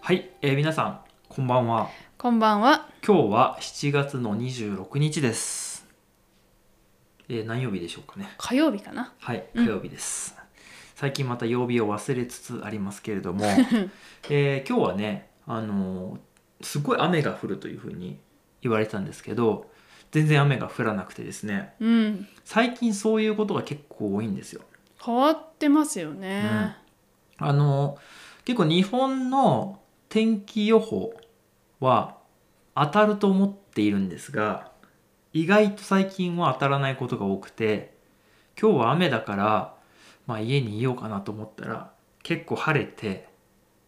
はい、えー、皆さんこんばんはこんばんは。今日は7月の26日です、えー、何曜日でしょうかね火曜日かな。はいうん火曜日です、最近また曜日を忘れつつありますけれ ども、えー今日はねあのーすごい雨が降るというふうに言われたんですけど全然雨が降らなくてですねうん。最近そういうことが結構多いんですよ変わってますよね。あの結構日本の天気予報は当たると思っているんですが意外と最近は当たらないことが多くて今日は雨だから、まあ、家にいようかなと思ったら結構晴れて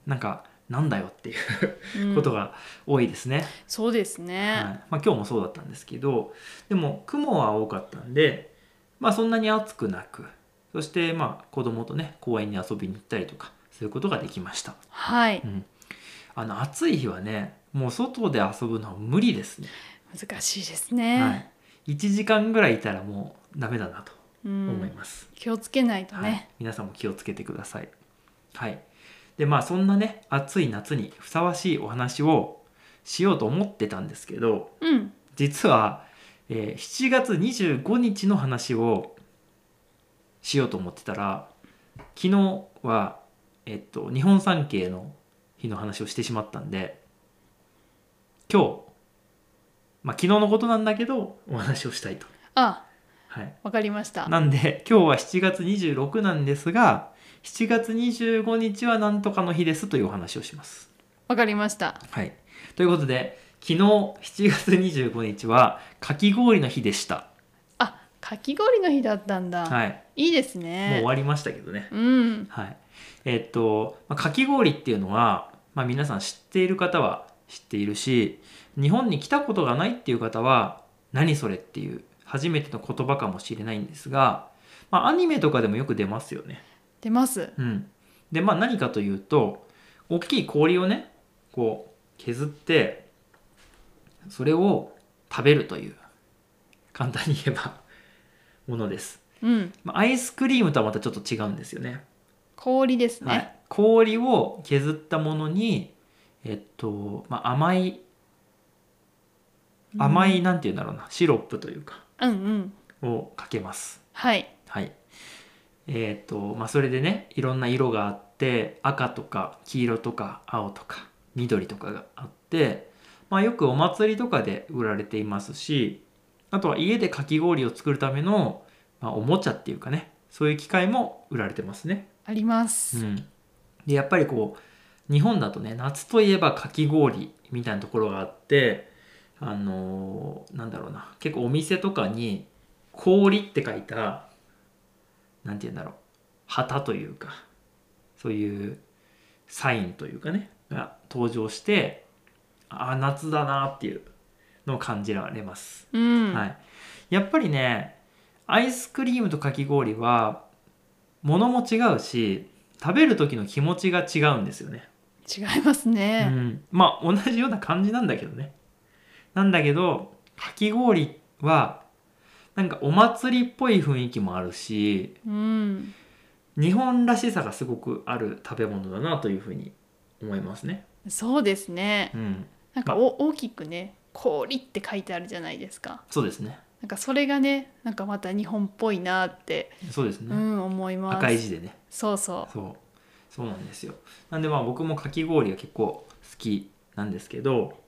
なんかなんだよっていううんことが多いですね。そうですね。はいまあ、今日もそうだったんですけどでも雲は多かったんで、まあ、そんなに暑くなくそしてまあ子供とね公園に遊びに行ったりとかそういうことができました、はい。うん、あの暑い日はねもう外で遊ぶのは無理ですね、難しいですね。はい、1時間ぐらいいたらもうダメだなとうん思います、気をつけないとはいね。、皆さんも気をつけてくださいはいでまあそんなね暑い夏にふさわしいお話をしようと思ってたんですけどうん。実は、えー7月25日の話をしようと思ってたら昨日は、えっと、日本三景の日の話をしてしまったんで今日、まあ、昨日のことなんだけどお話をしたいと。あ、はい、わかりました。なんで今日は7月26なんですが7月25日はなんとかの日ですというお話をします。わかりました。はい。ということで、昨日7月25日はかき氷の日でした。あ、かき氷の日だったんだ。はい。い、いですもう終ね。わりましたけどね。うん。はい。えっと、まあかき氷っていうのは、まあ、皆さん知っている方は知っているし、日本に来たことがないっていう方は、何それっていう初めての言葉かもしれないんですが、まあ、アニメとかでもよく出ますよね。出ます。うん、でまあ何かというと大きい氷をねこう削ってそれを食べるという簡単に言えばものです、うん。まあ、アイスクリームとはまたちょっと違うんですよね氷ですね。はい、氷を削ったものにえっと、まあ、甘いうん甘いなんて言うんだろうなシロップというかうんうん。をかけますはい。はい。えっ、と、まあ、それでね、いろんな色があって、赤とか黄色とか青とか緑とかがあって、まあ、よくお祭りとかで売られていますし、あとは家でかき氷を作るための、まあ、おもちゃっていうかね、そういう機械も売られてますね。ありまうす。ん。で、やっぱりこう、日本だとね、夏といえばかき氷みたいなところがあって、あのーなんだろうな、結構お店とかに、氷って書いた、なんて言うんだろう、旗というか、そういうサインというかね、が登場して、ああ、夏だなっていうのを感じられます。うん。はい、やっぱりねアイスクリームとかき氷は物も違うし食べる時の気持ちが違うんですよね、違いますうね。ん、まあ同じような感じなんだけどねなんだけどかき氷はなんかお祭りっぽい雰囲気もあるしうん。日本らしさがすごくある食べ物だなというふうに思いますね、そうですね。うん、なんかお大きくね「氷」って書いてあるじゃないですかそうですねなんかそれがねなんかまた日本っぽいなって、そうですうね、ん、思います赤い字でねそうそそうそうなんですよなんでまあ僕もかき氷が結構好きなんですけど、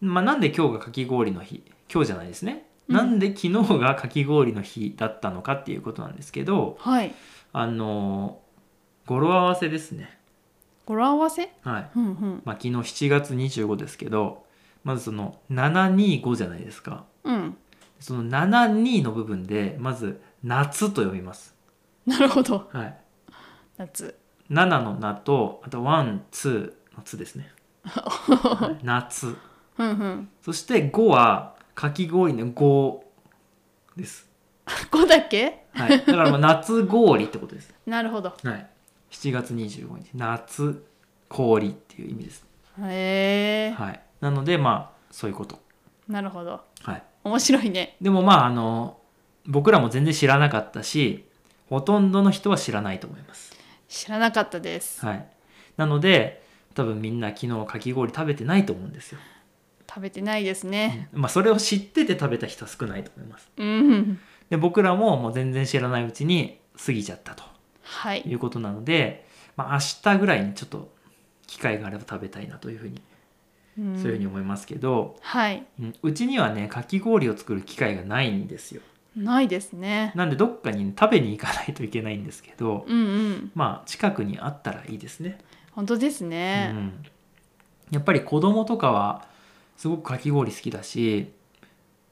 まあ、なんで今日がかき氷の日今日じゃないですね、うんなんで昨日がかき氷の日だったのかっていうことなんですけどうはいあのー語呂合わせですね語呂合わせはい、うんうんまあ、昨日7月25ですけどまずその725じゃないですかうんその72の部分でまず「夏」と読みますなるほどはい夏7の「な」とあと「ワンツー」の「つ」ですねはい夏うんうんそして5はかき氷の5です。ここだっけはい。だからまあ夏氷ってことです。なるほどはい。7月25日、夏氷っていう意味です。へえはい。なのでまあそういうこと。なるほどはい。面白いねでもまああの僕らも全然知らなかったし、ほとんどの人は知らないと思います。知らなかったですはい。なので多分みんな昨日かき氷食べてないと思うんですよ、食べてないですね まあ、それを知ってて食べた人は少ないと思いますうんで僕らももう全然知らないうちに過ぎちゃったとはいいうことなので、まあ、明日ぐらいにちょっと機会があれば食べたいなというふうにそうそういうふうに思いますけど、はいうんうちにはねかき氷を作る機会がないんですよないですねなんでどっかにね、食べに行かないといけないんですけど、うんうんまあ近くにあったらいいですね、本当ですうね、ん、やっぱり子供とかはすごくかき氷好きだし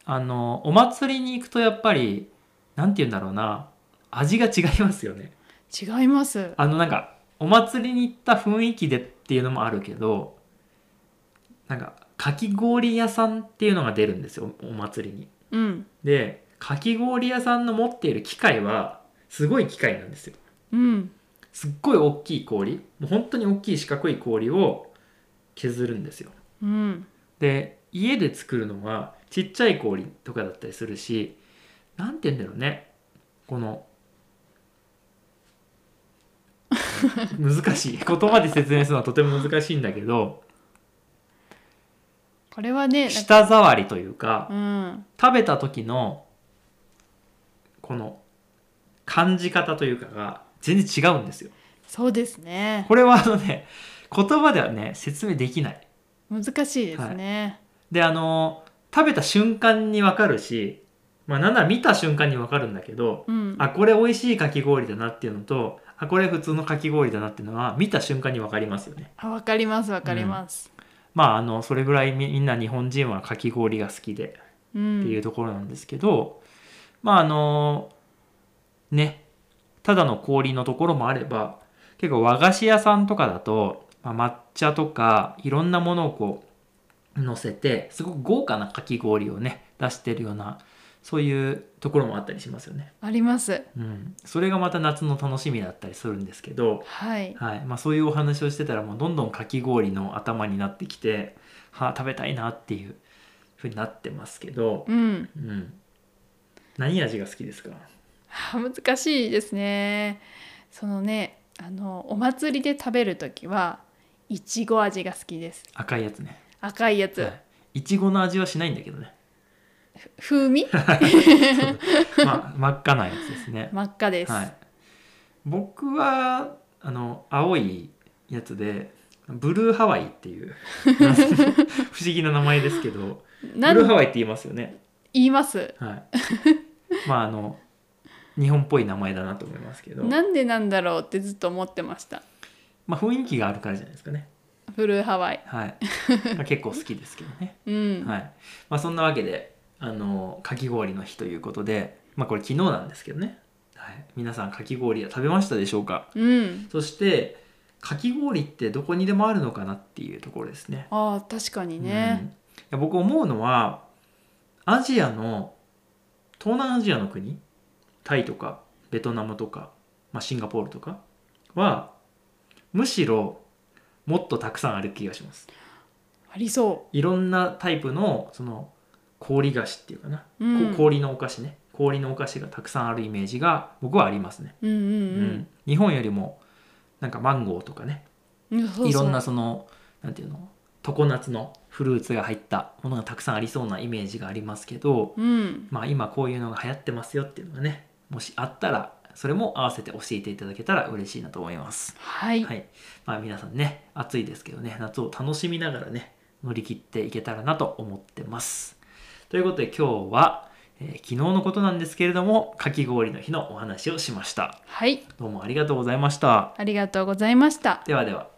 あのお祭りに行くとやっぱりなんて言うんだろうな味が違いますよね違いますあのなんかお祭りに行った雰囲気でっていうのもあるけどなんかかき氷屋さんっていうのが出るんですよおお祭りにうんでかき氷屋さんの持っている機械はすごい機械なんですようんすっごい大きい氷もう本当に大きい四角い氷を削るんですようんで家で作るのはちっちゃい氷とかだったりするしなんて言うんだろうねこの難しい 言葉で説明するのはとても難しいんだけどこれはねなんか舌触りというかうん食べた時のこの感じ方というかが全然違うんですよそうですねこれはあのね言葉ではね説明できない難しいですね、であの食べた瞬間にわかるしまあなんなら見た瞬間にわかるんだけどうんあこれ美味しいかき氷だなっていうのとあこれ普通のかき氷だなっていうのは見た瞬間に分かりますよねあわかりますわかります、まああのそれぐらいみみんな日本人はかき氷が好きでうんっていうところなんですけど、まああのねただの氷のところもあれば結構和菓子屋さんとかだと、まあ抹茶とかいろんなものをこう乗せてすごく豪華なかき氷をね出してるようなそういうところもあったりしますよね。ありますうん、それがまた夏の楽しみだったりするんですけど、はいはいまあ、そういうお話をしてたらもうどんどんかき氷の頭になってきてはあ食べたいなっていうふうになってますけど、うんうん、何味が好きですかあ難しいですねそのねあのお祭りで食べるときはいちご味が好きです赤いやつね、赤いやつ、はい、いちごの味はしないんだけどね、 風味まあ、真っ赤なやつですね、真っ赤です、はい、僕はあの青いやつでブルーハワイっていう 不思議な名前ですけどブなルーハんワイって言いますよね言いますはい。 まああの日本っぽい名前だなと思いますけど、なんでなんだろうってずっと思ってましたまあ雰囲気があるからじゃないですかね。ブルーハワイはい。まあ結構好きですけどね。うん、はい。まあそんなわけであのかき氷の日ということで、まあこれ昨日なんですけどね。はい。皆さんかき氷は食べましたでしょうか。うんそしてかき氷ってどこにでもあるのかなっていうところですね。あー確かにうんね、いや僕思うのはアジアの東南アジアの国タイとかベトナムとか、まあ、シンガポールとかはむしろもっとたくさんある気がしますありそいろんなタイプのその氷菓子っていうかな、う、うこん、氷のお菓子ね氷のお菓子がたくさんあるイメージが僕はありますね、うんううん日本よりもなんかマンゴーとかねうんそうそういろんなそのなんていうの常夏のフルーツが入ったものがたくさんありそうなイメージがありますけど、うんまあ、今こういうのが流行ってますよっていうのがねもしあったらそれも合わせて教えていただけたら嬉しいなと思います。はい、はいまあ、皆さんね暑いですけどね夏を楽しみながらね乗り切っていけたらなと思ってます。ということで今日は、えー昨日のことなんですけれどもかき氷の日のお話をしました。はい、どうもありがとうございました。ありがとうございましたではでは。